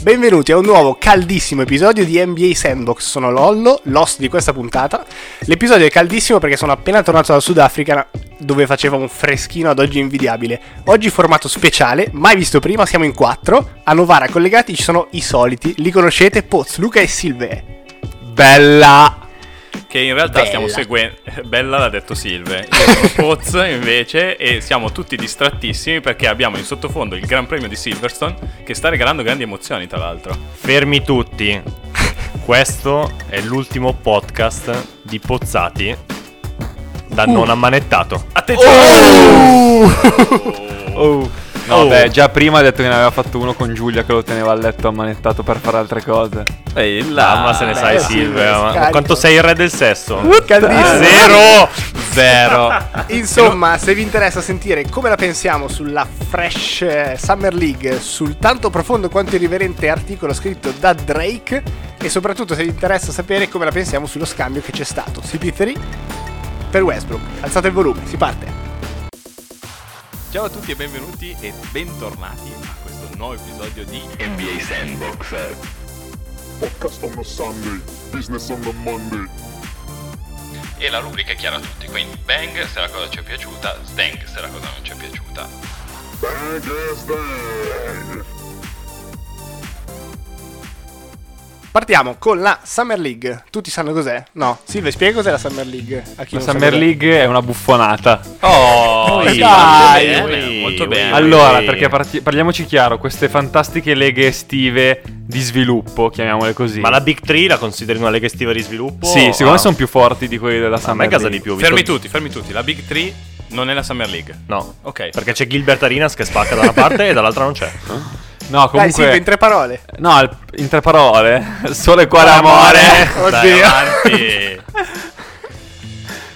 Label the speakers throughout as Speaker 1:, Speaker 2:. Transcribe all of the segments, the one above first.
Speaker 1: Benvenuti a un nuovo caldissimo episodio di NBA Sandbox. Sono Lollo, l'host di questa puntata. L'episodio è caldissimo perché sono appena tornato dal Sudafrica dove faceva un freschino ad oggi invidiabile. Oggi formato speciale, mai visto prima, siamo in quattro. A Novara collegati ci sono i soliti, li conoscete, Poz, Luca e Silve.
Speaker 2: Bella! Che in realtà
Speaker 1: Bella.
Speaker 2: stiamo seguendo. Bella l'ha detto Silve. Io sono Poz invece e siamo tutti distrattissimi perché abbiamo in sottofondo il Gran Premio di Silverstone che sta regalando grandi emozioni, tra l'altro.
Speaker 3: Fermi tutti. Questo è l'ultimo podcast di Pozzati da non ammanettato.
Speaker 1: Oh!
Speaker 2: Attenzione!
Speaker 3: Oh.
Speaker 4: No, beh, già prima ha detto che ne aveva fatto uno con Giulia che lo teneva a letto ammanettato per fare altre cose.
Speaker 2: Ehi Eh, là,
Speaker 3: Mamma Ah, se ne
Speaker 1: beh,
Speaker 3: sai
Speaker 1: sì,
Speaker 3: Silvia, ma
Speaker 1: scarico.
Speaker 3: quanto sei il re del sesso?
Speaker 2: Uh.
Speaker 1: Caldissimo.
Speaker 3: Zero!
Speaker 4: Vero.
Speaker 1: Insomma, se vi interessa sentire come la pensiamo sulla Fresh eh, Summer League, sul tanto profondo quanto irriverente articolo scritto da Drake e soprattutto se vi interessa sapere come la pensiamo sullo scambio che c'è stato CP3 per Westbrook. Alzate il volume, si parte.
Speaker 2: Ciao a tutti e benvenuti e bentornati a questo nuovo episodio di NBA Sandbox.
Speaker 5: Podcast on a Sunday, business on a Monday.
Speaker 2: E la rubrica è chiara a tutti, quindi bang se la cosa ci è piaciuta, stank se la cosa non ci è piaciuta.
Speaker 5: Bang is bang!
Speaker 1: Partiamo con la Summer League. Tutti sanno cos'è? No. Silve, spiega cos'è la Summer League. A chi
Speaker 4: La
Speaker 1: non sa
Speaker 4: Summer
Speaker 1: cos'è.
Speaker 4: League è una buffonata.
Speaker 3: Eh,
Speaker 2: Oh,
Speaker 1: Dai,
Speaker 2: sì, molto
Speaker 1: dai,
Speaker 2: bene, molto bene.
Speaker 4: allora,
Speaker 3: sì.
Speaker 4: perché parti- parliamoci chiaro, queste fantastiche leghe estive di sviluppo, chiamiamole così.
Speaker 3: Ma la Big 3 la consideri una lega estiva di sviluppo?
Speaker 4: Sì, secondo me
Speaker 3: Ah.
Speaker 4: sono più forti di quelli della
Speaker 3: A me
Speaker 4: Summer
Speaker 3: casa di
Speaker 4: League.
Speaker 3: più. ho
Speaker 2: Fermi
Speaker 3: visto-
Speaker 2: tutti, fermi tutti. La Big 3 non è la Summer League.
Speaker 3: No.
Speaker 2: Ok.
Speaker 3: Perché c'è Gilbert Arenas che spacca da una parte e dall'altra non c'è.
Speaker 4: No,
Speaker 1: Dai,
Speaker 4: comunque...
Speaker 1: Silve, in tre parole.
Speaker 4: No, al- in tre parole. Sole, cuore, amore.
Speaker 1: Oddio.
Speaker 3: Ah, Dai, avanti.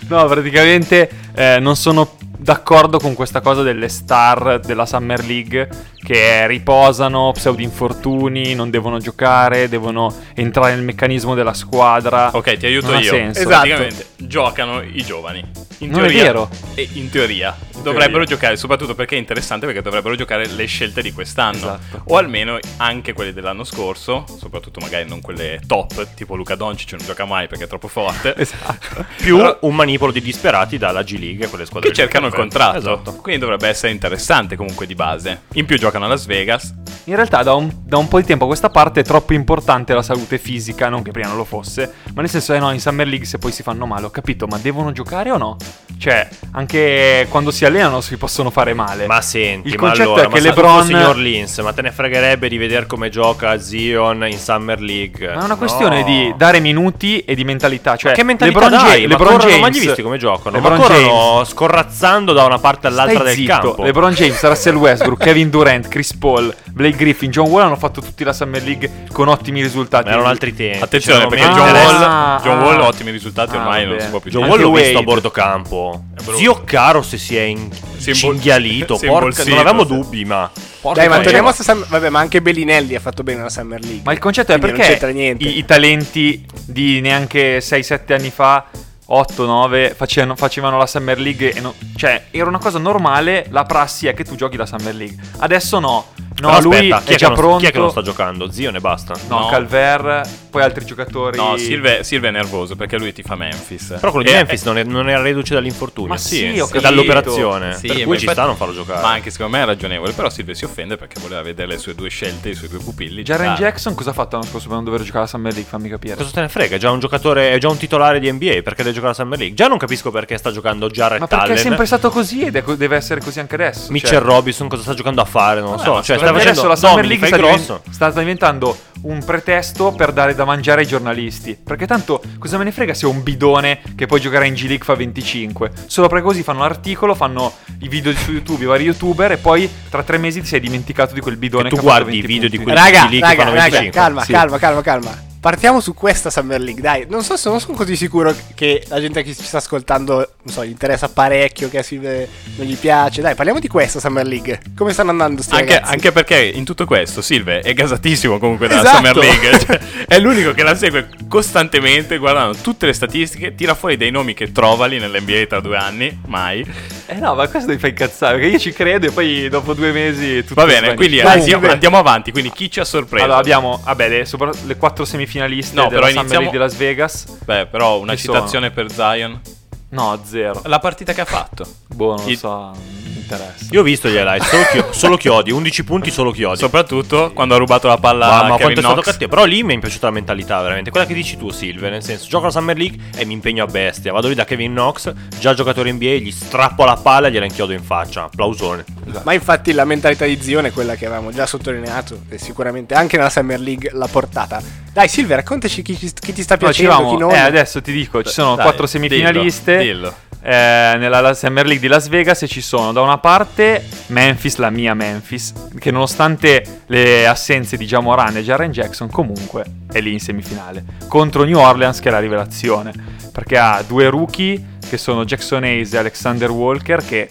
Speaker 4: No, praticamente eh, non sono d'accordo con questa cosa delle star della Summer League che riposano, pseudo-infortuni, non devono giocare, devono entrare nel meccanismo della squadra.
Speaker 2: Ok, ti aiuto
Speaker 4: Non ha
Speaker 2: io.
Speaker 4: senso.
Speaker 1: Esatto.
Speaker 2: Praticamente giocano i giovani. In
Speaker 4: Non è
Speaker 2: teoria,
Speaker 4: vero.
Speaker 2: E in teoria dovrebbero giocare, soprattutto perché è interessante perché dovrebbero giocare le scelte di quest'anno.
Speaker 4: Esatto.
Speaker 2: O almeno anche quelle dell'anno scorso, soprattutto magari non quelle top, tipo Luca Doncic non gioca mai perché è troppo forte.
Speaker 4: Esatto.
Speaker 3: Più
Speaker 2: Però-
Speaker 3: un manipolo di disperati dalla G League, quelle squadre
Speaker 2: Che cercano il
Speaker 3: Esatto.
Speaker 2: contratto.
Speaker 3: Esatto.
Speaker 2: Quindi dovrebbe essere interessante comunque di base. In più giocano a Las Vegas.
Speaker 4: In realtà da un, da un po' di tempo a questa parte è troppo importante la salute fisica, non che prima non lo fosse, ma nel senso eh no, in Summer League se poi si fanno male, ho capito, ma devono giocare o no? Cioè, anche quando si allenano si possono fare male.
Speaker 3: Ma senti,
Speaker 4: Eh, Il
Speaker 3: ma
Speaker 4: concetto
Speaker 3: allora,
Speaker 4: è che
Speaker 3: ma
Speaker 4: LeBron-
Speaker 3: LeBron... signor Lins, ma te ne fregherebbe di vedere come gioca Zion in Summer League?
Speaker 4: Ma è una questione di dare minuti e di mentalità. Cioè,
Speaker 3: Cioè, Eh, che mentalità
Speaker 4: LeBron
Speaker 3: dai?
Speaker 4: Ja-
Speaker 3: ma
Speaker 4: LeBron
Speaker 3: corrono, ma
Speaker 4: James-
Speaker 3: li hai visti come giocano?
Speaker 4: LeBron
Speaker 3: ma corrono
Speaker 4: James.
Speaker 3: scorrazzando da una parte all'altra
Speaker 4: Stai
Speaker 3: del
Speaker 4: zitto.
Speaker 3: campo.
Speaker 4: LeBron James, Russell Westbrook, Kevin Durant, Chris Paul, Blake Griffin, John Wall hanno fatto tutti la Summer League con ottimi risultati.
Speaker 3: Ma erano altri tempi.
Speaker 2: Attenzione
Speaker 3: Cioè, non
Speaker 2: perché
Speaker 3: mi
Speaker 2: John
Speaker 3: interessa.
Speaker 2: Wall,
Speaker 4: Ah,
Speaker 2: John
Speaker 4: ah.
Speaker 2: Wall ha ottimi risultati
Speaker 4: Ah,
Speaker 2: ormai, non
Speaker 4: vabbè.
Speaker 2: si può più
Speaker 3: John
Speaker 2: dire.
Speaker 3: Wall l'ho
Speaker 4: Wade.
Speaker 3: visto a bordo campo.
Speaker 2: brutto.
Speaker 3: Zio Caro se si è in...
Speaker 2: Si è imbol-
Speaker 3: cinghialito.
Speaker 2: si è
Speaker 3: Porca,
Speaker 2: imbolsito,
Speaker 3: non avevamo
Speaker 2: sì.
Speaker 3: dubbi, ma.
Speaker 1: Dai, ma
Speaker 4: miseria.
Speaker 1: torniamo a sta Summer- Vabbè, ma anche Bellinelli ha fatto bene la Summer League.
Speaker 4: Ma il concetto è
Speaker 1: Quindi non c'entra
Speaker 4: perché
Speaker 1: niente.
Speaker 4: i, i talenti di neanche 6-7 anni fa, 8-9, facevano, facevano la Summer League. E non- cioè, era una cosa normale. La prassi è che tu giochi la Summer League. Adesso no. No,
Speaker 3: Però
Speaker 4: lui
Speaker 3: aspetta, chi
Speaker 4: è
Speaker 3: che
Speaker 4: già
Speaker 3: non-
Speaker 4: pronto.
Speaker 3: Chi è che non sta giocando? Zio ne basta.
Speaker 4: No,
Speaker 2: No.
Speaker 4: Calver, poi altri giocatori.
Speaker 2: No, Silve, Silve è nervoso perché lui ti fa Memphis. Eh,
Speaker 3: Però quello di
Speaker 2: E-
Speaker 3: Memphis non, è- non era reduce dall'infortunio.
Speaker 4: Eh, Ma sì, ho
Speaker 3: E
Speaker 4: capito.
Speaker 3: eh, dall'operazione.
Speaker 2: Sì,
Speaker 3: per
Speaker 2: ma
Speaker 3: cui ci
Speaker 2: infatti-
Speaker 3: sta a non farlo giocare.
Speaker 2: Ma anche secondo me è ragionevole. Però Silve si offende perché voleva vedere le sue due scelte, i suoi due pupilli. Ah.
Speaker 4: Jaren
Speaker 2: giocare.
Speaker 4: Jackson cosa ha fatto l'anno scorso per non dover giocare la Summer League? Fammi capire.
Speaker 3: Cosa te ne frega? È già un giocatore, è già un titolare di NBA perché deve giocare la Summer League. Già non capisco perché sta giocando Jared
Speaker 4: Ma perché è
Speaker 3: Allen.
Speaker 4: sempre stato così ed è co- deve essere così anche adesso.
Speaker 3: Mitchell
Speaker 4: cioè,
Speaker 3: Robinson cosa sta giocando a fare? Non lo
Speaker 2: Vabbè,
Speaker 3: so.
Speaker 2: ma
Speaker 3: Cioè, sta
Speaker 2: secondo me
Speaker 3: facendo
Speaker 4: adesso la Summer
Speaker 3: Domini,
Speaker 4: League
Speaker 3: fai
Speaker 4: sta, diven-
Speaker 3: grosso.
Speaker 4: sta diventando un pretesto per dare da mangiare ai giornalisti. Perché tanto cosa me ne frega se un bidone che poi giocare in G-League fa 25? Solo perché così fanno l'articolo, fanno i video su YouTube, i vari youtuber e poi tra tre mesi ti sei dimenticato di quel bidone
Speaker 3: Che
Speaker 4: che,
Speaker 3: tu
Speaker 4: ha fatto
Speaker 3: guardi i
Speaker 4: 20
Speaker 3: video di
Speaker 4: punti.
Speaker 3: quel-
Speaker 1: Raga,
Speaker 3: quelli lì che
Speaker 1: raga,
Speaker 3: fanno
Speaker 1: raga,
Speaker 3: 25.
Speaker 1: calma,
Speaker 4: Sì.
Speaker 1: calma, calma, calma. Partiamo su questa Summer League, dai. Non so se non sono così sicuro che la gente che ci sta ascoltando, non so, gli interessa parecchio, che a Silve non gli piace. Dai, parliamo di questa Summer League. Come stanno andando sti
Speaker 2: Anche,
Speaker 1: ragazzi?
Speaker 2: anche perché in tutto questo Silve è gasatissimo comunque dalla
Speaker 1: Esatto.
Speaker 2: Summer League. Cioè, è l'unico che la segue costantemente guardando tutte le statistiche, tira fuori dei nomi che trova lì nell'NBA tra due anni, mai.
Speaker 4: Eh no, ma questo mi fa incazzare, perché io ci credo e poi dopo due mesi tutto
Speaker 2: Va bene,
Speaker 4: svanisce.
Speaker 2: quindi
Speaker 1: Vai,
Speaker 2: andiamo,
Speaker 1: sì,
Speaker 2: andiamo avanti, quindi chi ci ha sorpreso?
Speaker 4: Allora abbiamo, vabbè, le, sopra- le quattro semifinaliste
Speaker 2: No,
Speaker 4: della
Speaker 2: però
Speaker 4: Summer
Speaker 2: iniziamo-
Speaker 4: League di Las Vegas.
Speaker 2: Beh, però una
Speaker 4: Chi sono?
Speaker 2: citazione per Zion.
Speaker 4: No, zero.
Speaker 2: La partita che ha fatto.
Speaker 4: Boh, non lo
Speaker 2: Il-
Speaker 4: so, non mi interessa.
Speaker 3: Io ho visto gli highlights, solo, chio- solo chiodi, 11 punti solo chiodi.
Speaker 2: Soprattutto quando ha rubato la palla
Speaker 3: Ma,
Speaker 2: a
Speaker 3: ma quanto
Speaker 2: Kevin
Speaker 3: è stato
Speaker 2: Knox.
Speaker 3: cattivo. Però lì mi è piaciuta la mentalità, veramente. Quella che dici tu, Silve. Nel senso, gioco la Summer League e mi impegno a bestia. Vado lì da Kevin Knox, già giocatore NBA, gli strappo la palla e gliela inchiodo in faccia. Applausone.
Speaker 1: Ma infatti la mentalità di Zion è quella che avevamo già sottolineato e sicuramente anche nella Summer League l'ha portata. Dai Silver, raccontaci chi, ci- chi ti sta
Speaker 4: No, ci
Speaker 1: piacendo,
Speaker 4: vamo.
Speaker 1: chi non.
Speaker 4: Eh, adesso ti dico, ci sono
Speaker 2: Dai,
Speaker 4: quattro
Speaker 2: dillo,
Speaker 4: semifinaliste
Speaker 2: dillo.
Speaker 4: eh, nella la- Summer League di Las Vegas e ci sono da una parte Memphis, la mia Memphis, che nonostante le assenze di Jamoran e Jaren Jackson comunque è lì in semifinale, contro New Orleans che è la rivelazione, perché ha due rookie che sono Jackson Hayes e Alexander Walker che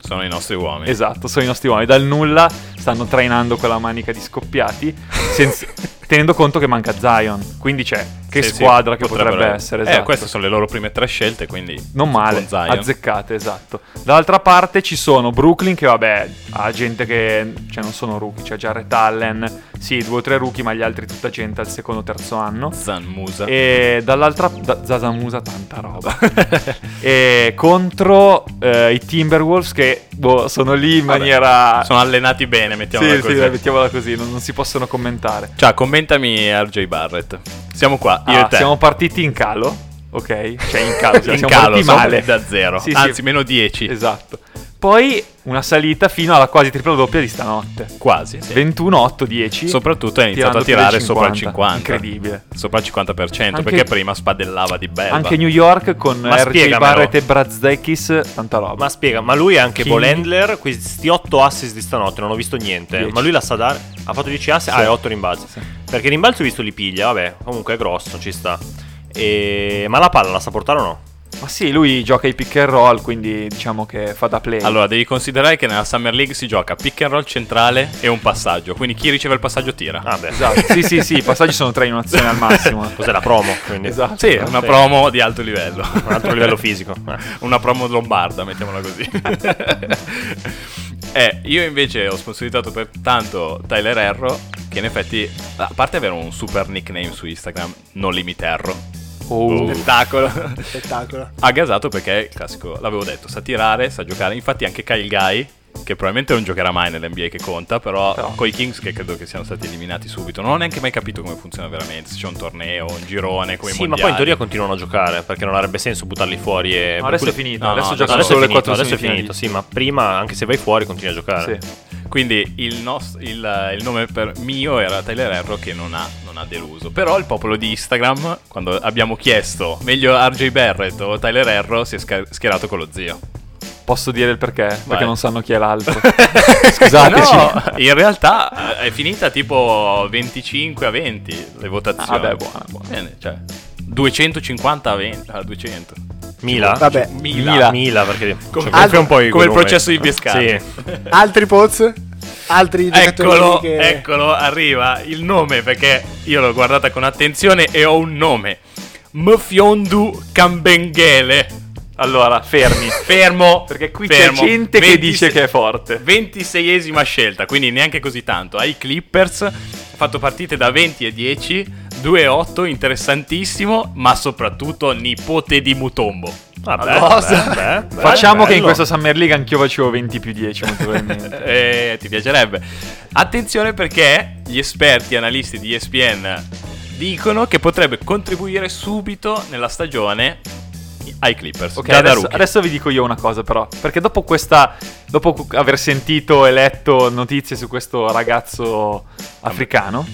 Speaker 2: Sono i nostri uomini.
Speaker 4: Esatto, sono i nostri uomini. Dal nulla stanno trainando quella manica di scoppiati, senz- tenendo conto che manca Zion. Quindi c'è, che
Speaker 2: Sì, sì,
Speaker 4: squadra che potrebbe,
Speaker 2: potrebbero-
Speaker 4: essere.
Speaker 2: Eh,
Speaker 4: Esatto.
Speaker 2: queste sono le loro prime tre scelte, quindi...
Speaker 4: Non male,
Speaker 2: con Zion.
Speaker 4: azzeccate, esatto. Dall'altra parte ci sono Brooklyn che vabbè, ha gente che cioè non sono rookie, c'è Jarrett Allen, sì, due o tre rookie, ma gli altri tutta gente al secondo o terzo anno.
Speaker 2: Zan Musa.
Speaker 4: E dall'altra da- Zazamusa tanta roba. e contro eh, i Timberwolves che boh, sono lì in
Speaker 2: Vabbè,
Speaker 4: maniera
Speaker 2: Sono allenati bene, mettiamola
Speaker 4: sì,
Speaker 2: così.
Speaker 4: sì, dai, mettiamola così, non, non si possono commentare.
Speaker 2: Ciao, commentami RJ Barrett. Siamo qua, io
Speaker 4: Ah,
Speaker 2: e te.
Speaker 4: siamo partiti in calo, ok? Cioè in calo, cioè
Speaker 2: in
Speaker 4: siamo
Speaker 2: calo,
Speaker 4: partiti
Speaker 2: siamo
Speaker 4: male.
Speaker 2: da zero.
Speaker 4: Sì, sì.
Speaker 2: Anzi, meno 10.
Speaker 4: Esatto. Poi una salita fino alla quasi tripla doppia di stanotte.
Speaker 2: Quasi. sì.
Speaker 4: 21, 8, 10.
Speaker 2: Soprattutto ha iniziato a
Speaker 4: tirando più del
Speaker 2: tirare sopra il 50.
Speaker 4: 50. Incredibile.
Speaker 2: Sopra il 50%,
Speaker 4: Anche-
Speaker 2: perché prima spadellava di belva.
Speaker 4: Anche New York con
Speaker 3: Ma
Speaker 4: RJ
Speaker 3: spiegamelo.
Speaker 4: Barrett e Brazdekis, tanta roba.
Speaker 3: Ma spiega, ma lui è anche
Speaker 4: Chi?
Speaker 3: ball handler. Questi 8 assist di stanotte, non ho visto niente.
Speaker 4: Dieci.
Speaker 3: Ma lui la sa dare. Ha fatto 10 assist,
Speaker 4: Sì.
Speaker 3: ah, e 8 rimbalzi.
Speaker 4: Sì.
Speaker 3: Perché i rimbalzi ho visto li piglia, vabbè. Comunque è grosso, ci sta. E... Ma la palla la sa portare o no?
Speaker 4: Ma sì, lui gioca i pick and roll, quindi diciamo che fa da play.
Speaker 2: Allora, devi considerare che nella Summer League si gioca pick and roll centrale e un passaggio. Quindi chi riceve il passaggio tira.
Speaker 3: Ah, beh.
Speaker 4: Esatto. sì, sì, sì, i passaggi sono tre in un'azione al massimo.
Speaker 3: Cos'è la promo? Quindi.
Speaker 4: Esatto.
Speaker 2: Sì, una
Speaker 3: sì.
Speaker 2: promo di alto livello.
Speaker 3: Un altro livello fisico. Eh.
Speaker 2: una promo lombarda, mettiamola così. eh, io invece ho sponsorizzato per tanto Tyler Erro, che in effetti, a parte avere un super nickname su Instagram, non limiterro.
Speaker 4: Oh.
Speaker 2: Spettacolo.
Speaker 1: Spettacolo.
Speaker 2: ha gasato perché, il classico, l'avevo detto, sa tirare, sa giocare. Infatti anche Kyle Guy, che probabilmente non giocherà mai nell'NBA che conta, però,
Speaker 4: Però.
Speaker 2: con i Kings che credo che siano stati eliminati subito. Non ho neanche mai capito come funziona veramente, se c'è un torneo, un girone, come i
Speaker 3: Sì, ma poi in teoria continuano a giocare perché non avrebbe senso buttarli fuori. E...
Speaker 4: No, adesso
Speaker 3: per
Speaker 4: è
Speaker 3: cui-
Speaker 4: finito,
Speaker 2: no,
Speaker 4: adesso
Speaker 2: no,
Speaker 4: giocano
Speaker 3: adesso
Speaker 4: solo
Speaker 3: è
Speaker 4: le
Speaker 3: finito,
Speaker 4: quattro
Speaker 3: adesso è finito.
Speaker 4: semifinali.
Speaker 3: Sì, ma prima, anche se vai fuori, continui a giocare.
Speaker 4: Sì.
Speaker 2: Quindi il, nos- il- il nome per mio era Tyler Erro che non ha, non ha deluso. Però il popolo di Instagram, quando abbiamo chiesto meglio RJ Barrett o Tyler Erro, si è sca- schierato con lo zio.
Speaker 4: Posso dire il perché?
Speaker 2: Vai.
Speaker 4: Perché non sanno chi è l'altro. Scusateci.
Speaker 2: No, in realtà eh, è finita tipo 25 a 20 le votazioni.
Speaker 4: Ah, beh, buona, buona.
Speaker 2: Bene, cioè 250 a ah, 20, a 200.
Speaker 3: Mila?
Speaker 1: Vabbè,
Speaker 2: Mila.
Speaker 4: Mila.
Speaker 3: Mila, perché
Speaker 2: Come,
Speaker 3: cioè, gonfia i
Speaker 2: come il
Speaker 3: volumi.
Speaker 2: processo di Biescani.
Speaker 3: Sì.
Speaker 1: altri Poz? Altri giocatori
Speaker 2: Eccolo,
Speaker 1: che...
Speaker 2: eccolo, arriva il nome perché io l'ho guardata con attenzione e ho un nome. Mfiondu Cambenghele.
Speaker 4: Allora, fermi.
Speaker 2: Fermo.
Speaker 4: Perché qui
Speaker 2: fermo.
Speaker 4: c'è gente che
Speaker 2: 26
Speaker 4: dice che è forte.
Speaker 2: 26esima scelta, quindi neanche così tanto. Ai Clippers ha fatto partite da 20 e 10, 2 e 8, interessantissimo, ma soprattutto nipote di Mutombo.
Speaker 3: Vabbè,
Speaker 2: Cosa?
Speaker 3: vabbè, vabbè,
Speaker 4: Facciamo che in
Speaker 3: bello.
Speaker 4: questa Summer League anch'io facevo 20 più 10, molto probabilmente.
Speaker 2: Eh, ti piacerebbe. Attenzione perché gli esperti analisti di ESPN dicono che potrebbe contribuire subito nella stagione ai Clippers.
Speaker 4: Ok,
Speaker 2: già da
Speaker 4: adesso,
Speaker 2: rookie.
Speaker 4: adesso vi dico io una cosa però, perché dopo questa, dopo cu- aver sentito e letto notizie su questo ragazzo africano,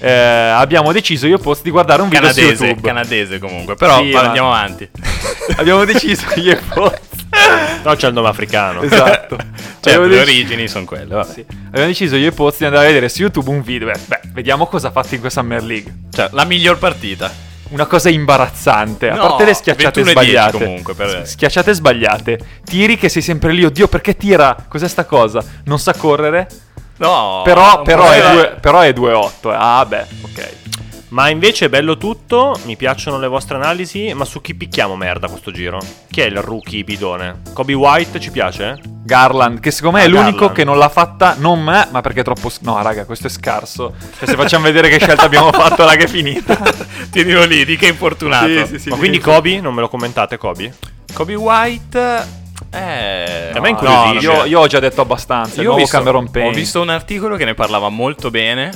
Speaker 4: eh, abbiamo deciso io e Poz di guardare un video su
Speaker 2: Canadese,
Speaker 4: YouTube.
Speaker 2: canadese comunque, però
Speaker 4: Sì,
Speaker 2: va-
Speaker 4: ma-
Speaker 2: andiamo avanti.
Speaker 4: abbiamo deciso io e Poz.
Speaker 3: No, c'è il nome africano.
Speaker 4: esatto.
Speaker 2: Cioè,
Speaker 4: Abbiamo
Speaker 2: le
Speaker 4: dec-
Speaker 2: origini sono quelle, vabbè.
Speaker 4: sì. Abbiamo deciso io e Poz di andare a vedere su YouTube un video. Beh, beh, vediamo cosa ha fatto in questa Summer League.
Speaker 2: Cioè, la miglior partita.
Speaker 4: Una cosa imbarazzante, a
Speaker 2: No,
Speaker 4: parte le schiacciate
Speaker 2: 21 e 10
Speaker 4: sbagliate.
Speaker 2: comunque, per-
Speaker 4: S- Schiacciate sbagliate. Tiri che sei sempre lì, oddio, perché tira? Cos'è sta cosa? Non sa correre.
Speaker 2: No,
Speaker 4: però,
Speaker 2: non
Speaker 4: però, è
Speaker 2: poteva-
Speaker 4: due- però è 2-8. Ah, beh, ok.
Speaker 3: Ma invece è bello tutto, mi piacciono le vostre analisi, ma su chi picchiamo merda questo giro? Chi è il rookie bidone? Kobe White ci piace?
Speaker 4: Garland, che secondo me
Speaker 3: Ah,
Speaker 4: è l'unico
Speaker 3: Garland.
Speaker 4: che non l'ha fatta, non me, ma perché è troppo... s- No, raga, questo è scarso. Cioè, se facciamo vedere che scelta abbiamo fatto, raga, è finita.
Speaker 2: Tienilo lì, di che infortunato.
Speaker 4: Sì, sì, sì.
Speaker 3: ma quindi Kobe, non me lo commentate Kobe?
Speaker 2: Kobe White. Eh.
Speaker 3: A me
Speaker 2: no,
Speaker 3: incuriosisce.
Speaker 2: no, no,
Speaker 4: Io, io ho già detto abbastanza,
Speaker 3: Cioè,
Speaker 4: il
Speaker 2: Io ho
Speaker 4: nuovo
Speaker 2: visto,
Speaker 4: Cameron Payne.
Speaker 2: ho visto un articolo che ne parlava molto bene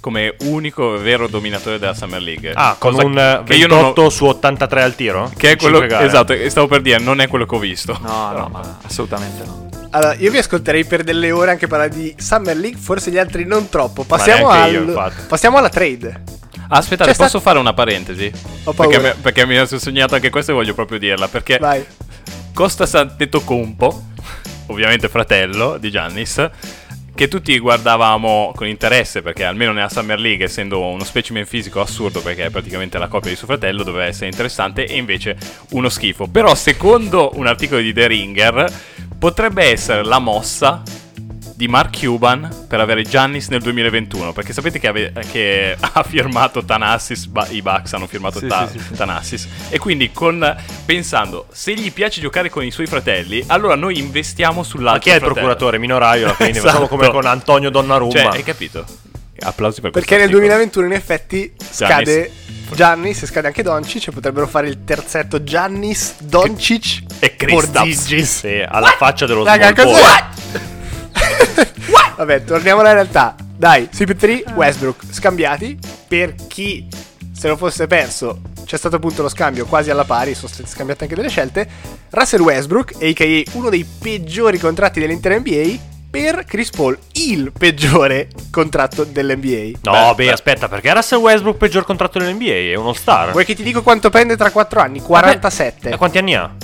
Speaker 2: come unico vero dominatore della Summer League.
Speaker 3: Ah, con
Speaker 2: Cosa
Speaker 3: un eh,
Speaker 2: che io non
Speaker 3: 28
Speaker 2: ho-
Speaker 3: su 83 al tiro?
Speaker 2: che è
Speaker 3: In
Speaker 2: quello
Speaker 3: cinque gare.
Speaker 2: esatto, che stavo per dire, non è quello che ho visto.
Speaker 4: No, no, ma assolutamente no.
Speaker 1: Allora, io vi ascolterei per delle ore anche parlare di Summer League, forse gli altri non troppo. Passiamo,
Speaker 3: neanche io,
Speaker 1: al-
Speaker 3: infatti.
Speaker 1: passiamo alla trade.
Speaker 2: Aspettate,
Speaker 1: C'è Cioè, sta-
Speaker 2: posso fare una parentesi?
Speaker 1: Ho paura.
Speaker 2: Perché mi, perché mi sono sognato anche questo e voglio proprio dirla, perché
Speaker 1: Vai.
Speaker 2: Costa Santetocompo, ovviamente fratello di Giannis, che tutti guardavamo con interesse perché almeno nella Summer League, essendo uno specimen fisico assurdo perché è praticamente la copia di suo fratello, doveva essere interessante e invece uno schifo. Però secondo un articolo di The Ringer potrebbe essere la mossa di Mark Cuban per avere Giannis nel 2021 perché sapete che, ave- che ha firmato Tanassis ba- i Bucks hanno firmato
Speaker 4: Sì,
Speaker 2: Ta-
Speaker 4: sì, sì, sì.
Speaker 2: Tanassis e quindi con pensando se gli piace giocare con i suoi fratelli allora noi investiamo
Speaker 3: Ma
Speaker 2: sull'altro
Speaker 3: chi è il
Speaker 2: fratello.
Speaker 3: procuratore minoraio? alla fine?
Speaker 2: Esatto.
Speaker 3: Facciamo come con Antonio Donnarumma.
Speaker 2: cioè hai capito applausi per
Speaker 1: Perché nel
Speaker 2: questo
Speaker 1: 2021
Speaker 2: articolo.
Speaker 1: in effetti scade Giannis e scade anche Doncic e potrebbero fare il terzetto Giannis, Doncic
Speaker 2: E Kristaps.
Speaker 1: Porzingis.
Speaker 3: Sì, alla faccia dello
Speaker 1: Raga,
Speaker 3: small ball.
Speaker 1: cos'è? Vabbè, torniamo alla realtà. Dai, CP3, Westbrook, scambiati per chi se lo fosse perso. C'è stato appunto lo scambio quasi alla pari, sono state scambiate anche delle scelte. Russell Westbrook, a.k.a. uno dei peggiori contratti dell'intera NBA, per Chris Paul, il peggiore contratto dell'NBA.
Speaker 3: No,
Speaker 2: Beh,
Speaker 3: beh,
Speaker 2: beh.
Speaker 3: aspetta, perché Russell Westbrook peggior contratto dell'NBA è uno star.
Speaker 1: Vuoi che ti dico quanto prende tra 4 anni?
Speaker 3: Vabbè, Eh,
Speaker 1: 47.
Speaker 3: E quanti anni ha?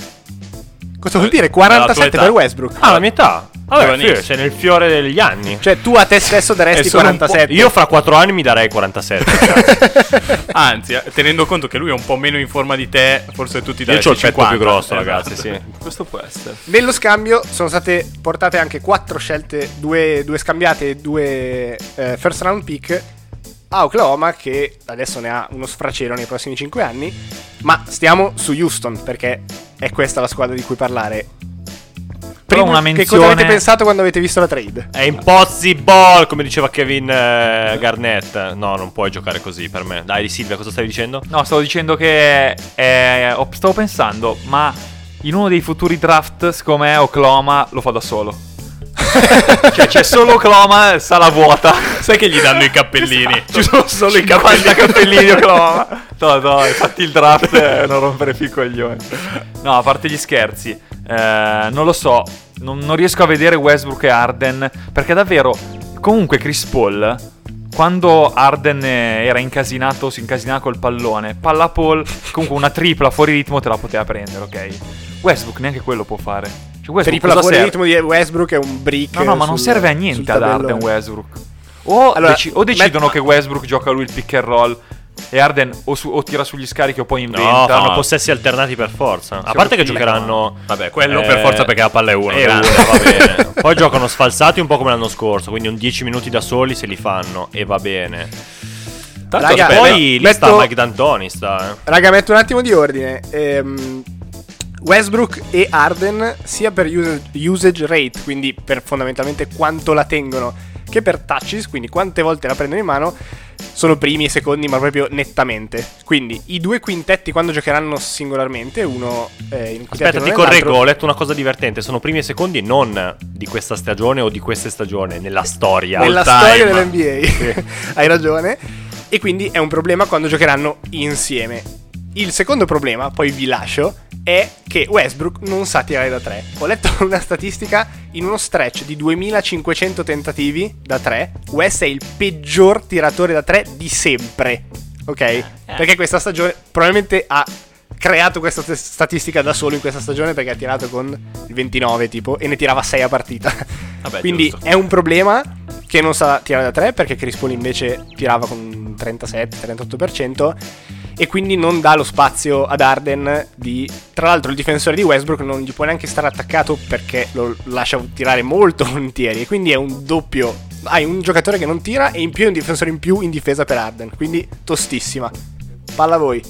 Speaker 1: Cosa vuol
Speaker 3: Eh,
Speaker 1: dire?
Speaker 2: Della
Speaker 1: 47
Speaker 2: tua
Speaker 1: per
Speaker 2: età.
Speaker 1: Westbrook.
Speaker 3: Ah, la mia età. Vabbè,
Speaker 2: Giovanissimo.
Speaker 3: sì, sei nel fiore degli anni.
Speaker 1: Cioè, tu a te stesso daresti
Speaker 3: E Eh, sono un po'-
Speaker 1: 47.
Speaker 3: Io fra 4 anni mi darei 47.
Speaker 2: anzi eh, tenendo conto che lui è un po' meno in forma di te forse tutti
Speaker 3: Io
Speaker 2: daresti
Speaker 3: ho il petto
Speaker 2: 50.
Speaker 3: più grosso,
Speaker 2: Esatto.
Speaker 3: ragazzi, sì.
Speaker 4: Questo può essere.
Speaker 1: Nello scambio sono state portate anche quattro scelte, due, due scambiate e due eh, first round pick a Oklahoma che adesso ne ha uno sfracelo nei prossimi 5 anni, ma stiamo su Houston perché è questa la squadra di cui parlare.
Speaker 4: Però
Speaker 1: Primo,
Speaker 4: una
Speaker 1: Che cosa avete
Speaker 4: menzione-
Speaker 1: pensato quando avete visto la trade?
Speaker 3: È impossible, come diceva Kevin eh, Garnett. No, non puoi giocare così per me. Dai, Silvia, cosa stavi dicendo?
Speaker 4: No, stavo dicendo che eh, ho- stavo pensando, ma in uno dei futuri draft, secondo me, Oklahoma lo fa da solo. cioè, c'è solo Oklahoma, sala vuota.
Speaker 2: sai che gli danno i cappellini
Speaker 4: Ci sono solo i 50 cappellini di Oklahoma. No, no, infatti il draft è non rompere più i coglioni. No, a parte gli scherzi, eh, non lo so, non, non riesco a vedere Westbrook e Arden, perché davvero, comunque Chris Paul, quando Arden eh, era incasinato, si incasinava col pallone, palla Paul, comunque una tripla fuori ritmo te la poteva prendere, ok? Westbrook neanche quello può fare. Cioè, Westbrook
Speaker 1: Per i fuori
Speaker 4: serve?
Speaker 1: ritmo di Westbrook è un brick.
Speaker 4: No, no, ma non
Speaker 1: sul-
Speaker 4: serve a
Speaker 1: sul
Speaker 4: niente ad
Speaker 1: tabellone.
Speaker 4: Arden Westbrook. O,
Speaker 1: Allora,
Speaker 4: deci- o decidono
Speaker 1: met-
Speaker 4: che Westbrook gioca lui il pick and roll e Arden o, su- o tira sugli scarichi o poi
Speaker 3: No,
Speaker 4: inventa.
Speaker 3: fanno possessi alternati per forza. A parte che
Speaker 4: qui.
Speaker 3: giocheranno. eh,
Speaker 2: Vabbè, quello per forza perché la palla è uno,
Speaker 3: È
Speaker 2: grande.
Speaker 3: uno, va bene. Poi giocano sfalsati un po' come l'anno scorso. Quindi un 10 minuti da soli se li fanno. E va bene.
Speaker 2: Tanto
Speaker 1: Raga,
Speaker 2: aspetta,
Speaker 3: Poi
Speaker 1: no,
Speaker 3: lì
Speaker 1: metto-
Speaker 3: sta Mike D'Antoni. Sta, eh.
Speaker 1: Raga, metto un attimo di ordine. Ehm, Westbrook e Arden, sia per usa- usage rate, quindi per fondamentalmente quanto la tengono, che per touches, quindi quante volte la prendono in mano, sono primi e secondi, ma proprio nettamente. Quindi i due quintetti quando giocheranno singolarmente, uno eh, in quintetto
Speaker 3: Aspetta,
Speaker 1: e
Speaker 3: ti
Speaker 1: uno
Speaker 3: correggo,
Speaker 1: nell'altro,
Speaker 3: ho letto una cosa divertente. Sono primi e secondi non di questa stagione o di queste stagione, nella storia.
Speaker 1: nella
Speaker 3: All time.
Speaker 1: storia dell'NBA. Hai ragione. E quindi è un problema quando giocheranno insieme. Il secondo problema, poi vi lascio, è che Westbrook non sa tirare da 3. Ho letto una statistica in uno stretch di 2500 tentativi da 3. West è il peggior tiratore da 3 di sempre. Ok? Perché questa stagione probabilmente ha creato questa st- statistica da solo in questa stagione perché ha tirato con il 29 tipo e ne tirava 6 a partita.
Speaker 2: Vabbè,
Speaker 1: Quindi
Speaker 2: giusto.
Speaker 1: è un problema che non sa tirare da 3 perché Chris Paul invece tirava con un 37-38% e quindi non dà lo spazio ad Arden di... Tra l'altro il difensore di Westbrook non gli può neanche stare attaccato perché lo lascia tirare molto volentieri e quindi è un doppio... hai un giocatore che non tira e in più un difensore in più in difesa per Arden. Quindi tostissima. Palla a voi.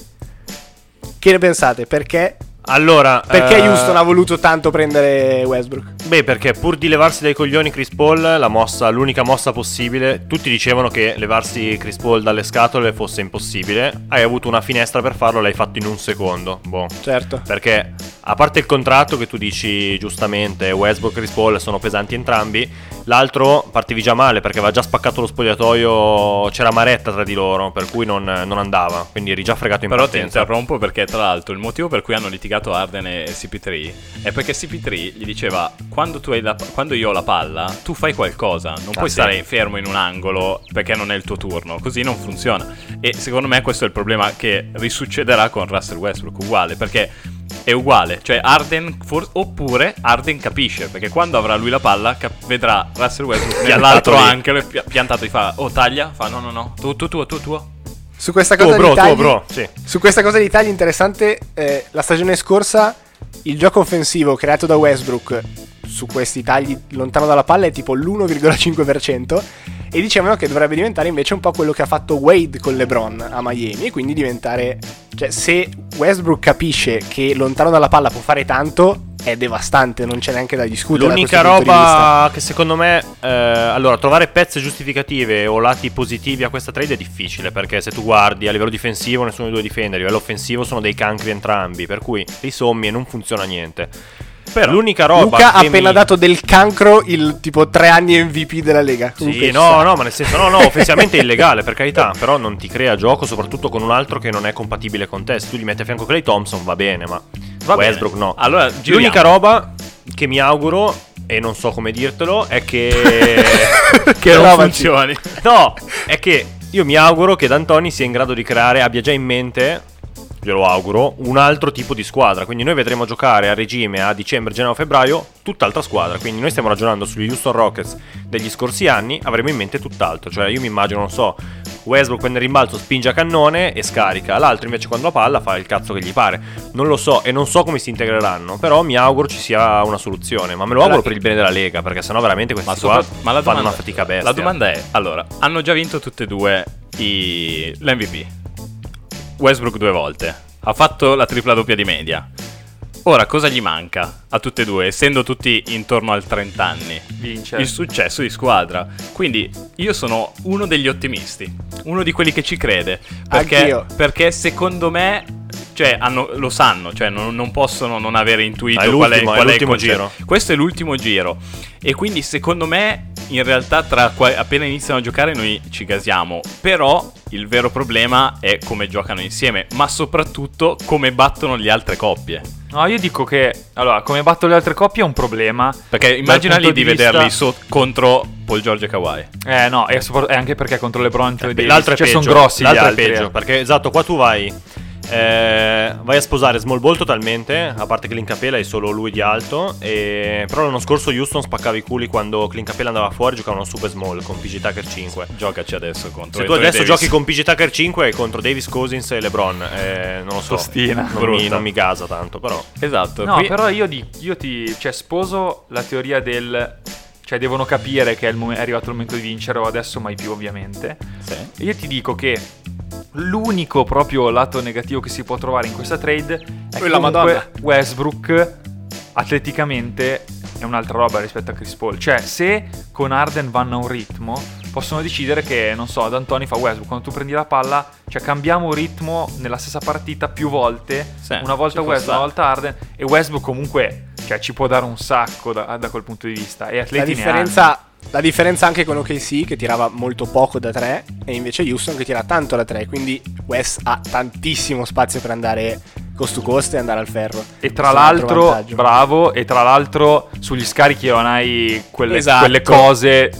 Speaker 1: Che ne pensate? Perché,
Speaker 3: Allora,
Speaker 1: perché
Speaker 3: eh,
Speaker 1: Houston ha voluto tanto prendere Westbrook?
Speaker 3: Beh, perché pur di levarsi dai coglioni Chris Paul, la mossa, l'unica mossa possibile, tutti dicevano che levarsi Chris Paul dalle scatole fosse impossibile. Hai avuto una finestra per farlo, l'hai fatto in un secondo. Boh.
Speaker 1: Certo.
Speaker 3: Perché a parte il contratto che tu dici giustamente, Westbrook e Chris Paul sono pesanti entrambi, l'altro partivi già male perché aveva già spaccato lo spogliatoio, c'era maretta tra di loro, per cui non, non andava, quindi eri già fregato in
Speaker 2: Però ti
Speaker 3: partenza.
Speaker 2: interrompo perché, tra l'altro, il motivo per cui hanno litigato Arden e CP3 è perché CP3 gli diceva: Quando, tu hai la- quando io ho la palla, tu fai qualcosa. Non puoi
Speaker 3: Ah, sì.
Speaker 2: stare fermo in un angolo perché non è il tuo turno. Così non funziona. E secondo me questo è il problema che risuccederà con Russell Westbrook. Uguale perché. È uguale, cioè Arden for- oppure Arden capisce perché quando avrà lui la palla cap- vedrà Russell Westbrook
Speaker 3: Piantato
Speaker 2: nell'altro
Speaker 3: lì.
Speaker 2: angolo e pi- piantato e fa "Oh, taglia", fa "No, no, no, tu tu tu tu tu".
Speaker 1: Su questa
Speaker 3: Tuo
Speaker 1: cosa
Speaker 3: bro,
Speaker 1: di
Speaker 3: tuo
Speaker 1: tagli,
Speaker 3: bro, sì.
Speaker 1: Su questa cosa di tagli interessante, eh, la stagione scorsa il gioco offensivo creato da Westbrook su questi tagli lontano dalla palla è tipo l'1,5% e dicevano che dovrebbe diventare invece un po' quello che ha fatto Wade con LeBron a Miami e quindi diventare cioè se Westbrook capisce che lontano dalla palla può fare tanto è devastante, non c'è neanche da discutere. da
Speaker 3: L'unica
Speaker 1: questo punto di vista.
Speaker 3: roba che secondo me, eh, allora, trovare pezze giustificative o lati positivi a questa trade è difficile perché se tu guardi a livello difensivo nessuno dei due difende, a livello offensivo sono dei cancri entrambi, per cui li sommi e non funziona niente.
Speaker 2: Però
Speaker 3: L'unica roba
Speaker 1: Luca ha
Speaker 3: che
Speaker 1: appena
Speaker 3: mi-
Speaker 1: dato del cancro il tipo 3 anni MVP della Lega.
Speaker 3: Sì,
Speaker 1: Comunque,
Speaker 3: no, no, ma nel senso, no, no, offensivamente è illegale, per carità, però non ti crea gioco, soprattutto con un altro che non è compatibile con te. Se tu gli metti a fianco Clay Thompson va bene, ma
Speaker 2: Va bene.
Speaker 3: Westbrook no.
Speaker 2: Allora, giriamo.
Speaker 3: L'unica roba che mi auguro, e non so come dirtelo, è che...
Speaker 2: che non
Speaker 1: Provaci.
Speaker 2: funzioni.
Speaker 3: no, è che io mi auguro che D'Antoni sia in grado di creare, abbia già in mente, glielo auguro, un altro tipo di squadra. Quindi noi vedremo giocare a regime a dicembre, gennaio, febbraio, tutt'altra squadra. Quindi noi stiamo ragionando sugli Houston Rockets degli scorsi anni, avremo in mente tutt'altro. Cioè io mi immagino, non so, Westbrook prende il rimbalzo, spinge a cannone e scarica. L'altro invece quando ha palla fa il cazzo che gli pare. Non lo so e non so come si integreranno, però mi auguro ci sia una soluzione. Ma me lo auguro per il bene della Lega, perché sennò veramente questi
Speaker 2: Ma,
Speaker 3: qua
Speaker 2: sopra- ma la
Speaker 3: fanno
Speaker 2: domanda,
Speaker 3: una fatica bestia.
Speaker 2: La domanda è: allora, hanno già vinto tutte e due i- l'MVP. Westbrook due volte. Ha fatto la tripla doppia di media. Ora, cosa gli manca a tutte e due, essendo tutti intorno al 30 anni?
Speaker 4: Vince.
Speaker 2: Il
Speaker 3: Certo.
Speaker 2: successo di squadra. Quindi io sono uno degli ottimisti, uno di quelli che ci crede. Perché,
Speaker 1: Anch'io.
Speaker 2: perché secondo me. Cioè, hanno- lo sanno, cioè non, non possono non avere intuito
Speaker 3: Ah, è
Speaker 2: qual è,
Speaker 3: l'ultimo, è
Speaker 2: qual è il
Speaker 3: l'ultimo
Speaker 2: concetto.
Speaker 3: giro.
Speaker 2: Questo è l'ultimo giro. E quindi secondo me in realtà tra qua- appena iniziano a giocare noi ci gasiamo. Però il vero problema è come giocano insieme, ma soprattutto come battono le altre coppie.
Speaker 4: No, io dico che allora, come batto le altre coppie è un problema.
Speaker 2: Perché immagina lì
Speaker 4: punto
Speaker 2: di
Speaker 4: di vista-
Speaker 2: vederli so- contro Paul George e Kawhi.
Speaker 4: Eh no, e, sopra- e anche perché contro LeBron e Anthony Davis,
Speaker 3: Eh, L'altro è
Speaker 4: cioè,
Speaker 3: peggio.
Speaker 4: sono grossi gli
Speaker 3: l'altro
Speaker 4: altri,
Speaker 3: è peggio.
Speaker 4: eh.
Speaker 3: Perché esatto, qua tu vai. eh, vai a sposare Small Ball totalmente. A parte Clincapella è solo lui di alto. e- Però l'anno scorso Houston spaccava i culi quando Clincapella andava fuori. Giocavano super small con PG Tucker 5.
Speaker 2: Giocaci adesso contro
Speaker 3: Se tu
Speaker 2: Anthony
Speaker 3: adesso
Speaker 2: Davis.
Speaker 3: giochi con PG Tucker 5 contro Davis Cousins e LeBron, eh, non lo so.
Speaker 4: Tostina.
Speaker 3: non mi,
Speaker 2: Brutta.
Speaker 3: non mi gasa tanto, però.
Speaker 2: Esatto,
Speaker 4: No,
Speaker 2: qui-
Speaker 4: però io, di- io ti cioè, sposo la teoria del... Cioè, devono capire che è, il mom- è arrivato il momento di vincere o adesso mai più, ovviamente.
Speaker 2: Sì.
Speaker 4: Io ti dico che l'unico proprio lato negativo che si può trovare in questa trade è
Speaker 1: Quella
Speaker 4: che
Speaker 1: Madonna.
Speaker 4: comunque Westbrook atleticamente è un'altra roba rispetto a Chris Paul. Cioè, se con Arden vanno a un ritmo, possono decidere che, non so, ad Antoni fa Westbrook, quando tu prendi la palla, cioè cambiamo ritmo nella stessa partita più volte,
Speaker 2: Sì,
Speaker 4: una volta
Speaker 2: ci può
Speaker 4: Westbrook,
Speaker 2: stare.
Speaker 4: una volta Arden, e Westbrook comunque cioè, ci può dare un sacco da, da quel punto di vista. E atleti
Speaker 1: La
Speaker 4: ne hanno.
Speaker 1: differenza, la differenza anche con OKC che tirava molto poco da 3 e invece Houston che tira tanto da 3, quindi West ha tantissimo spazio per andare cost to cost e andare al ferro.
Speaker 4: E
Speaker 1: Questo è
Speaker 4: tra
Speaker 1: un altro
Speaker 4: l'altro,
Speaker 1: vantaggio.
Speaker 4: bravo, e tra l'altro sugli scarichi non hai quelle,
Speaker 1: Esatto.
Speaker 4: quelle cose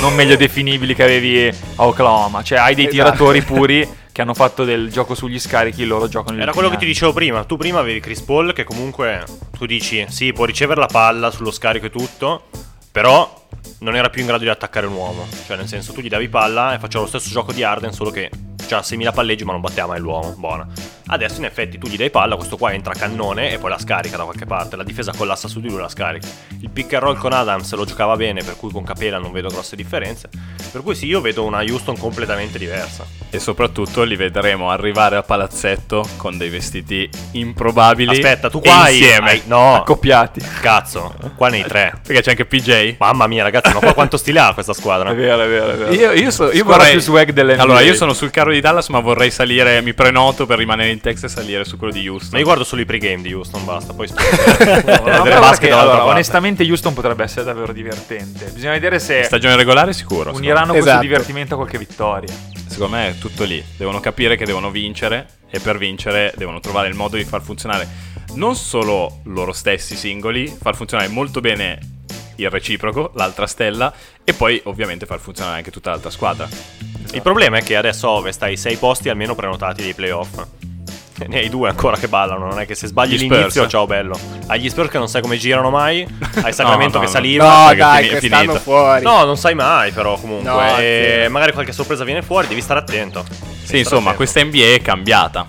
Speaker 4: non meglio definibili che avevi a Oklahoma. Cioè hai dei
Speaker 1: Esatto.
Speaker 4: tiratori puri che hanno fatto del gioco sugli scarichi, loro giocano negli
Speaker 3: Era quello che ti
Speaker 4: ultimi
Speaker 3: dicevo prima. Tu prima avevi Chris Paul che comunque tu dici sì, può ricevere la palla sullo scarico e tutto, però non era più in grado di attaccare un uomo. Cioè nel senso tu gli davi palla e faceva lo stesso gioco di Arden, solo che c'ha 6.000 palleggi ma non batteva mai l'uomo. Buona. Adesso in effetti tu gli dai palla, questo qua entra a cannone e poi la scarica da qualche parte. La difesa collassa su di lui e la scarica. Il pick and roll con Adams lo giocava bene, per cui con Capela non vedo grosse differenze. Per cui sì, io vedo una Houston completamente diversa.
Speaker 2: E soprattutto li vedremo arrivare al palazzetto con dei vestiti improbabili.
Speaker 3: Aspetta, tu
Speaker 2: e
Speaker 3: qua hai-
Speaker 2: insieme.
Speaker 3: hai-
Speaker 4: Oh.
Speaker 3: no.
Speaker 4: Accoppiati.
Speaker 3: Cazzo, qua nei tre.
Speaker 2: Perché c'è anche PJ.
Speaker 3: Mamma mia, ragazzi, ma eh, qua quanto stile ha questa
Speaker 4: È
Speaker 3: squadra?
Speaker 4: vero, è vero, è vero.
Speaker 2: Io, io so- io
Speaker 4: Squadra
Speaker 2: vorrei...
Speaker 4: più swag dell'NBA.
Speaker 2: Allora, io sono sul carro di Dallas, ma vorrei salire. Mi prenoto per rimanere in Texas e salire su quello di Houston.
Speaker 3: Ma io guardo solo i pregame di Houston, basta. Poi spero.
Speaker 4: No, no,
Speaker 3: Vedere
Speaker 4: guarda
Speaker 3: basket
Speaker 4: che,
Speaker 3: dall'altra
Speaker 4: allora,
Speaker 3: parte.
Speaker 4: onestamente Houston potrebbe essere davvero divertente. Bisogna vedere se
Speaker 2: Stagione regolare, sicuro. secondo
Speaker 4: uniranno questo
Speaker 1: Esatto.
Speaker 4: divertimento a qualche vittoria.
Speaker 2: Secondo me è tutto lì. Devono capire che devono vincere e per vincere devono trovare il modo di far funzionare non solo loro stessi singoli, far funzionare molto bene il reciproco, l'altra stella e poi ovviamente far funzionare anche tutta l'altra squadra.
Speaker 3: Il problema è che adesso a Ovest hai sei posti almeno prenotati dei playoff. E Ne hai due ancora che ballano, non è che se sbagli
Speaker 2: Gli Spurs.
Speaker 3: l'inizio, ciao bello. Hai gli Spurs che non sai come girano mai, hai Sacramento
Speaker 2: No, no,
Speaker 3: che
Speaker 2: no.
Speaker 3: saliva.
Speaker 1: No,
Speaker 2: che
Speaker 1: dai,
Speaker 2: è fini- è
Speaker 1: quest'anno
Speaker 2: finita.
Speaker 1: fuori.
Speaker 3: No, non sai mai però comunque.
Speaker 1: No,
Speaker 3: E
Speaker 1: sì.
Speaker 3: magari qualche sorpresa viene fuori, devi stare attento.
Speaker 2: Sì, insomma, questa NBA è cambiata.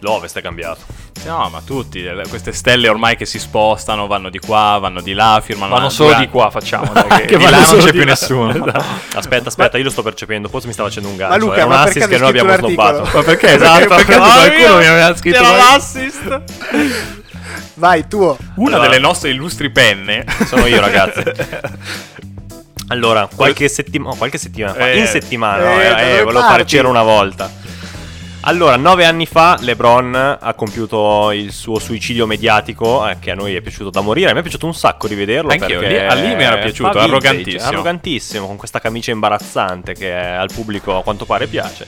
Speaker 3: L'Ovest è cambiato.
Speaker 2: No, ma tutti, eh, queste stelle ormai che si spostano, vanno di qua, vanno di là, firmano...
Speaker 4: Vanno
Speaker 2: una-
Speaker 4: solo
Speaker 2: due
Speaker 4: di
Speaker 2: anni.
Speaker 4: qua, facciamo. Dai, che
Speaker 2: Che
Speaker 4: di
Speaker 2: vanno
Speaker 4: là non
Speaker 2: solo
Speaker 4: c'è
Speaker 2: di
Speaker 4: più
Speaker 2: là.
Speaker 4: nessuno.
Speaker 3: Esatto. Aspetta, aspetta, io lo sto percependo. Poi mi stava facendo un gancio.
Speaker 1: Esatto. Ma Luca,
Speaker 3: era un
Speaker 1: ma perché
Speaker 3: assist che noi
Speaker 1: avevi
Speaker 3: abbiamo
Speaker 1: scritto un
Speaker 3: snobbato.
Speaker 1: articolo?
Speaker 2: perché?
Speaker 3: Esatto,
Speaker 2: Perché- perché
Speaker 3: mamma
Speaker 2: qualcuno
Speaker 3: mia,
Speaker 2: mi aveva scritto
Speaker 3: C'era
Speaker 2: qualcosa?
Speaker 3: l'assist.
Speaker 1: Vai, tuo.
Speaker 2: Una
Speaker 3: Allora.
Speaker 2: delle nostre illustri penne.
Speaker 3: Sono io, ragazzi. Allora, qualche, settima- no, qualche settimana fa,
Speaker 2: Eh.
Speaker 3: in settimana,
Speaker 1: Eh,
Speaker 3: no,
Speaker 1: da
Speaker 3: eh,
Speaker 1: dove
Speaker 3: volevo
Speaker 1: parti?
Speaker 3: fare c'era una volta. Allora, nove anni fa LeBron ha compiuto il suo suicidio mediatico, eh, che a noi è piaciuto da morire, a me è piaciuto un sacco rivederlo.
Speaker 2: Anch'io,
Speaker 3: perché
Speaker 2: lì- a lì mi era
Speaker 3: fa
Speaker 2: piaciuto,
Speaker 3: vintage,
Speaker 2: arrogantissimo.
Speaker 3: Arrogantissimo, con questa camicia imbarazzante che al pubblico a quanto pare piace.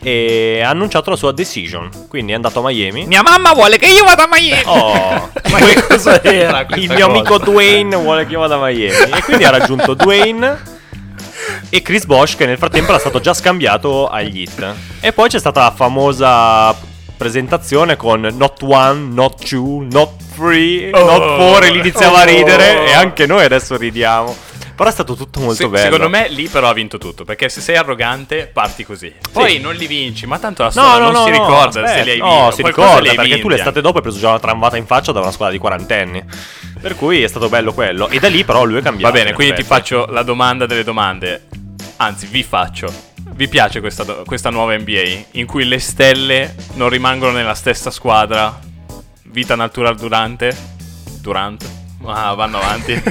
Speaker 3: E ha annunciato la sua decision, quindi è andato a Miami.
Speaker 2: Mia mamma vuole che io vada a Miami.
Speaker 3: Oh,
Speaker 2: Ma che cosa era questa
Speaker 3: Il mio
Speaker 2: cosa?
Speaker 3: amico Dwayne vuole che io vada a Miami. E quindi ha raggiunto Dwayne e Chris Bosch, che nel frattempo era stato già scambiato agli Heat. E poi c'è stata la famosa presentazione con Not One, Not Two, Not Three,
Speaker 2: Oh.
Speaker 3: Not Four. E lì iniziava a
Speaker 2: Oh.
Speaker 3: ridere. E anche noi adesso ridiamo. Però è stato tutto molto
Speaker 2: Se-
Speaker 3: bello.
Speaker 2: Secondo me lì però ha vinto tutto, perché se sei arrogante parti così. Poi non li vinci, ma tanto la storia non si ricorda se
Speaker 3: aspetta,
Speaker 2: li hai vinti.
Speaker 3: No, si ricorda perché tu
Speaker 2: le
Speaker 3: l'estate dopo hai preso già una tramvata in faccia da una squadra di quarantenni. Per cui è stato bello quello. E da lì però lui è cambiato.
Speaker 2: Va bene,
Speaker 3: in
Speaker 2: quindi ti
Speaker 3: effetti.
Speaker 2: faccio la domanda delle domande. Anzi, vi faccio. Vi piace questa, do- questa nuova NBA in cui le stelle non rimangono nella stessa squadra? Vita natural durante? Durante? Ma vanno avanti.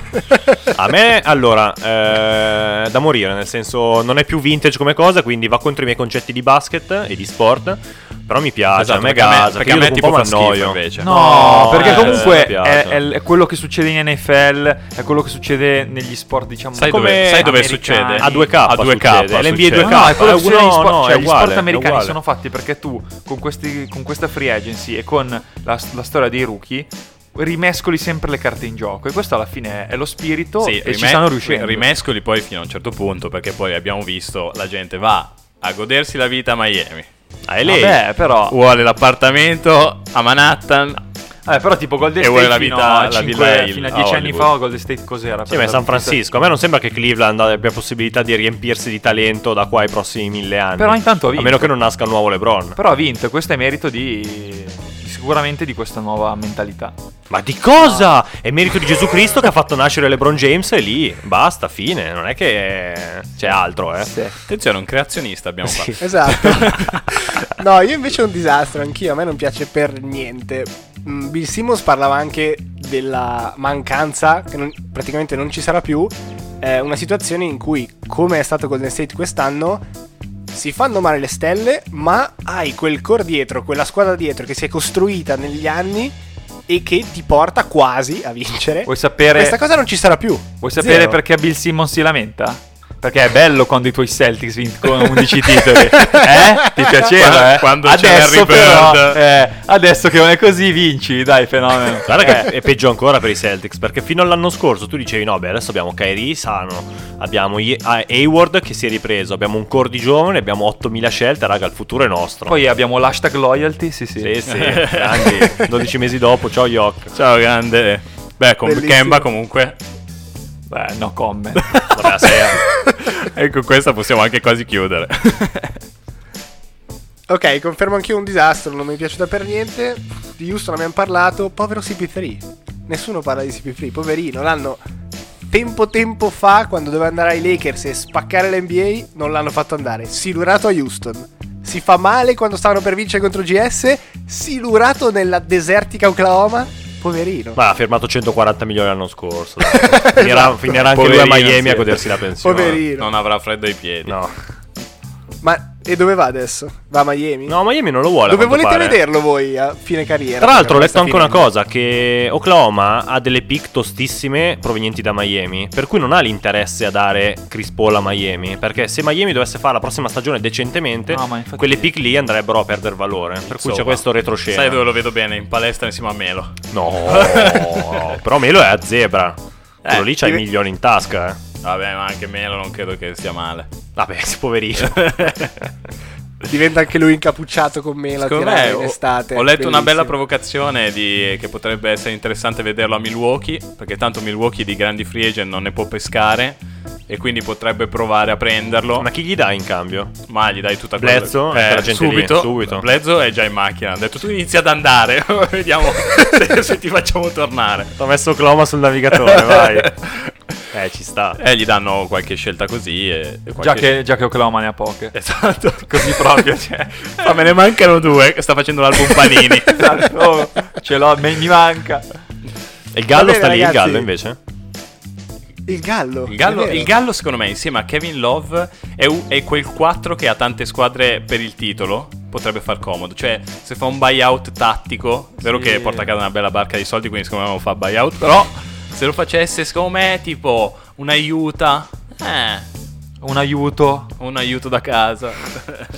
Speaker 3: A me, allora, eh, da morire, nel senso non è più vintage come cosa, quindi va contro i miei concetti di basket e di sport. Però mi piace,
Speaker 2: Esatto,
Speaker 3: a me
Speaker 2: perché a me-
Speaker 3: gasa,
Speaker 2: perché a
Speaker 3: che
Speaker 2: me
Speaker 3: io dopo
Speaker 2: tipo
Speaker 3: un po'
Speaker 2: fa
Speaker 3: mi
Speaker 2: schifo
Speaker 3: annoio.
Speaker 2: invece.
Speaker 4: No,
Speaker 3: No,
Speaker 4: perché
Speaker 3: eh,
Speaker 4: comunque
Speaker 3: mi
Speaker 4: è,
Speaker 3: piace.
Speaker 4: è- è quello che succede in NFL, è quello che succede negli sport, diciamo,
Speaker 2: Sai
Speaker 4: come
Speaker 2: dove- sai dove
Speaker 4: americani.
Speaker 2: succede?
Speaker 3: A 2K,
Speaker 2: A 2K
Speaker 3: succede, l'NBA
Speaker 2: succede.
Speaker 4: No,
Speaker 3: 2K.
Speaker 4: no, è quello che
Speaker 3: uguale,
Speaker 4: succede negli sport,
Speaker 3: Eh, no,
Speaker 4: cioè,
Speaker 3: è
Speaker 4: gli
Speaker 3: uguale,
Speaker 4: sport
Speaker 3: è
Speaker 4: americani
Speaker 3: uguale.
Speaker 4: sono fatti perché tu con, questi- con questa free agency e con la, la storia dei rookie rimescoli sempre le carte in gioco e questo alla fine è lo spirito
Speaker 2: Sì,
Speaker 4: e
Speaker 2: rime-
Speaker 4: ci stanno riuscendo.
Speaker 2: Rimescoli poi fino a un certo punto, perché poi abbiamo visto la gente va a godersi la vita a Miami.
Speaker 3: Ah, è lei.
Speaker 4: Vabbè, però,
Speaker 2: Vuole l'appartamento a Manhattan.
Speaker 3: Uh,
Speaker 4: vabbè, eh, però tipo Golden
Speaker 2: E
Speaker 4: State
Speaker 2: vuole la
Speaker 4: fino,
Speaker 2: vita-
Speaker 4: a
Speaker 2: la
Speaker 4: cinque-
Speaker 2: villa il-
Speaker 4: fino a
Speaker 2: a
Speaker 4: 10 anni
Speaker 2: Hollywood.
Speaker 4: fa Golden State cos'era?
Speaker 3: Sì, ma è San Francisco. A me non sembra che Cleveland abbia possibilità di riempirsi di talento da qua ai prossimi mille anni.
Speaker 4: Però intanto ha
Speaker 3: A
Speaker 4: vinto.
Speaker 3: meno che non nasca il nuovo LeBron.
Speaker 4: Però ha vinto e questo è merito di sicuramente di questa nuova mentalità.
Speaker 3: Ma di cosa? È merito di Gesù Cristo che ha fatto nascere LeBron James e lì basta, fine. Non è che c'è altro, eh.
Speaker 4: Sì.
Speaker 2: Attenzione, un creazionista abbiamo qua.
Speaker 1: Esatto. no, io invece ho un disastro, anch'io, a me non piace per niente. Mm, Bill Simmons parlava anche della mancanza, che non- praticamente non ci sarà più, eh, una situazione in cui, come è stato Golden State quest'anno, si fanno male le stelle, ma hai quel core dietro, quella squadra dietro che si è costruita negli anni e che ti porta quasi a vincere.
Speaker 4: Vuoi sapere
Speaker 1: Questa cosa non ci sarà più.
Speaker 4: Vuoi sapere
Speaker 1: Zero.
Speaker 4: perché Bill Simmons si lamenta? Perché è bello quando i tuoi Celtics vincono 11 titoli. Eh? Ti piaceva, eh?
Speaker 2: Quando c'è
Speaker 4: adesso
Speaker 2: Larry
Speaker 4: però,
Speaker 2: Bird.
Speaker 4: eh, adesso che non è così vinci, dai, fenomeno.
Speaker 3: Guarda che
Speaker 4: Eh,
Speaker 3: è peggio ancora per i Celtics perché fino all'anno scorso tu dicevi no beh adesso abbiamo Kyrie sano, abbiamo Ye- ah, Hayward che si è ripreso, abbiamo un core di giovani, abbiamo 8000 scelte, raga il futuro è nostro.
Speaker 4: Poi abbiamo l'hashtag loyalty, sì sì.
Speaker 3: sì sì, grandi, 12 mesi dopo, ciao Yok.
Speaker 2: Ciao, grande. Beh, con
Speaker 1: Bellissimo.
Speaker 2: Kemba comunque.
Speaker 4: Beh, no comment.
Speaker 3: Vabbè, sei-
Speaker 2: Ecco, e con questa possiamo anche quasi chiudere.
Speaker 1: Ok, confermo anche io un disastro, non mi è piaciuta per niente. Di Houston abbiamo parlato, povero CP3. Nessuno parla di CP3, poverino, l'hanno tempo tempo fa quando doveva andare ai Lakers e spaccare l'NBA, non l'hanno fatto andare. Silurato a Houston. Si fa male quando stavano per vincere contro GS, silurato nella desertica Oklahoma, poverino.
Speaker 3: Ma ha firmato 140 milioni l'anno scorso. dai. Finirà, finirà anche lui a
Speaker 2: Poverino,
Speaker 3: Miami
Speaker 2: sì.
Speaker 3: a godersi la pensione.
Speaker 1: poverino.
Speaker 2: Non avrà freddo ai piedi.
Speaker 3: No.
Speaker 1: Ma e dove va adesso? Va a Miami?
Speaker 3: no, Miami non lo vuole. a
Speaker 1: Dove
Speaker 3: quanto
Speaker 1: volete
Speaker 3: pare.
Speaker 1: vederlo voi a fine carriera?
Speaker 3: Tra l'altro ho
Speaker 1: Perché
Speaker 3: letto anche
Speaker 1: questa
Speaker 3: una
Speaker 1: fine-
Speaker 3: cosa, che Oklahoma ha delle pick tostissime provenienti da Miami, per cui non ha l'interesse a dare Chris Paul a Miami, perché se Miami dovesse fare la prossima stagione decentemente,
Speaker 4: No, ma infatti-
Speaker 3: quelle pick lì andrebbero a perdere valore, per cui c'è
Speaker 2: Insomma,
Speaker 3: questo retroscena.
Speaker 2: Sai dove lo vedo bene? In palestra insieme a Melo.
Speaker 3: No, però Melo è a zebra, quello lì c'ha i
Speaker 1: dive-
Speaker 3: milioni in tasca, eh.
Speaker 2: Vabbè, ma anche Melo non credo che sia male.
Speaker 3: Vabbè, si poverino.
Speaker 1: Diventa anche lui incappucciato con me la
Speaker 2: Secondo
Speaker 1: tirata
Speaker 2: me
Speaker 1: in
Speaker 2: ho,
Speaker 1: estate.
Speaker 2: ho letto una bella
Speaker 1: Bellissimo.
Speaker 2: provocazione di- che potrebbe essere interessante vederlo a Milwaukee, perché tanto Milwaukee di grandi free agent non ne può pescare e quindi potrebbe provare a prenderlo,
Speaker 3: Ma chi gli dà in cambio?
Speaker 2: ma gli dai tutta
Speaker 3: Bledsoe?
Speaker 2: quella Eh,
Speaker 3: Anche la gente lì,
Speaker 2: subito,
Speaker 3: subito.
Speaker 2: Bledsoe è già in macchina, ha detto tu inizia ad andare, vediamo se, se ti facciamo tornare.
Speaker 3: T'ho messo Oklahoma sul navigatore, vai. Eh, ci sta.
Speaker 2: E gli danno qualche scelta così e, e
Speaker 4: Già
Speaker 2: qualche-
Speaker 4: che, già che Oklahoma ne ha poche.
Speaker 2: Esatto, così proprio. Cioè, ma me ne mancano due. Sta facendo l'album Panini.
Speaker 4: Esatto, oh, ce l'ho, me- mi manca.
Speaker 3: E il
Speaker 1: Va
Speaker 3: Gallo
Speaker 1: bene,
Speaker 3: sta lì, il
Speaker 1: ragazzi.
Speaker 3: Gallo invece?
Speaker 1: Il gallo.
Speaker 2: Il gallo,
Speaker 1: è vero.
Speaker 2: il Gallo, secondo me, insieme a Kevin Love, è, u- è quel 4 che ha tante squadre per il titolo. Potrebbe far comodo. Cioè, se fa un buyout tattico, è vero
Speaker 4: Sì.
Speaker 2: che porta a casa una bella barca di soldi, quindi secondo me non fa buyout. Però, se lo facesse, secondo me, tipo un aiuta. Eh,
Speaker 4: Un aiuto.
Speaker 2: un aiuto da casa.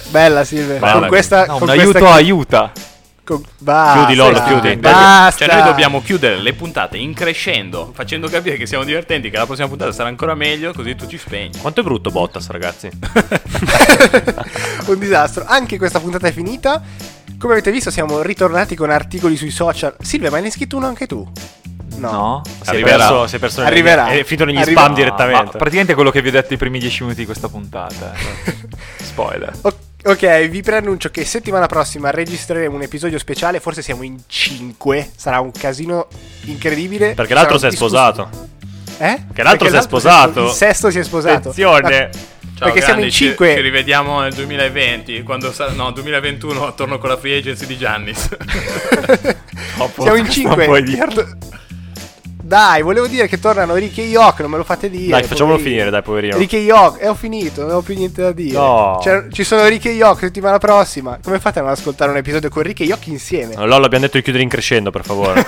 Speaker 1: Bella Silve.
Speaker 2: Bella.
Speaker 1: Con questa...
Speaker 4: No,
Speaker 1: Eh, con
Speaker 4: un
Speaker 1: questa-
Speaker 4: aiuto aiuta.
Speaker 1: con- Basta.
Speaker 3: Chiudi, Lollo, chiudi.
Speaker 1: Basta.
Speaker 2: Cioè, noi dobbiamo chiudere le puntate in crescendo, facendo capire che siamo divertenti, che la prossima puntata sarà ancora meglio, così tu ci spegni.
Speaker 3: Quanto è brutto Bottas, ragazzi?
Speaker 1: un disastro. Anche questa puntata è finita. Come avete visto, siamo ritornati con articoli sui social. Silvia, ma ne hai scritto uno anche tu?
Speaker 4: No.
Speaker 3: Si è
Speaker 2: Arriverà.
Speaker 3: perso, si è perso negli-
Speaker 1: Arriverà.
Speaker 3: È finito negli
Speaker 1: Arriverà.
Speaker 3: spam
Speaker 1: No,
Speaker 3: direttamente.
Speaker 4: Ma praticamente quello che vi ho detto i primi 10 minuti di questa puntata. eh. Spoiler.
Speaker 1: O- Ok, vi preannuncio che settimana prossima registreremo un episodio speciale, forse siamo in 5, sarà un casino incredibile.
Speaker 3: Perché l'altro si
Speaker 1: Sarà
Speaker 3: è
Speaker 1: un
Speaker 3: sposato.
Speaker 1: discuss- Eh?
Speaker 3: Che l'altro
Speaker 1: Perché
Speaker 3: si è sposato.
Speaker 1: Il sesto si è sposato.
Speaker 3: Attenzione.
Speaker 2: Ciao,
Speaker 1: Perché siamo in
Speaker 2: grandi, ci-
Speaker 1: cinque.
Speaker 2: Ci, rivediamo nel 2020, quando sa- no, 2021 torno con la free agency di Giannis.
Speaker 1: Ah. siamo in 5.
Speaker 3: puoi dirlo.
Speaker 1: Dai, volevo dire che tornano Rick e Yok, non me lo fate dire.
Speaker 3: Dai,
Speaker 1: eh,
Speaker 3: facciamolo
Speaker 1: poverino.
Speaker 3: finire, dai, poverino.
Speaker 1: Rick e Yok, e ho finito, non ho più niente da dire.
Speaker 3: No.
Speaker 1: Cioè, ci sono Rick e Yok settimana prossima. Come fate a non ascoltare un episodio con Rick e Yok insieme?
Speaker 3: Lollo, abbiamo detto di chiudere in crescendo, per favore.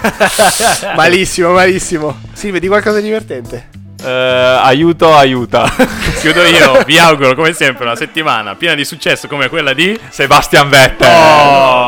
Speaker 1: malissimo, malissimo. Silvia, di qualcosa di divertente.
Speaker 4: Eh, aiuto aiuta.
Speaker 2: Chiudo io, vi auguro come sempre una settimana piena di successo come quella di
Speaker 4: Sebastian Vettel.
Speaker 2: Oh!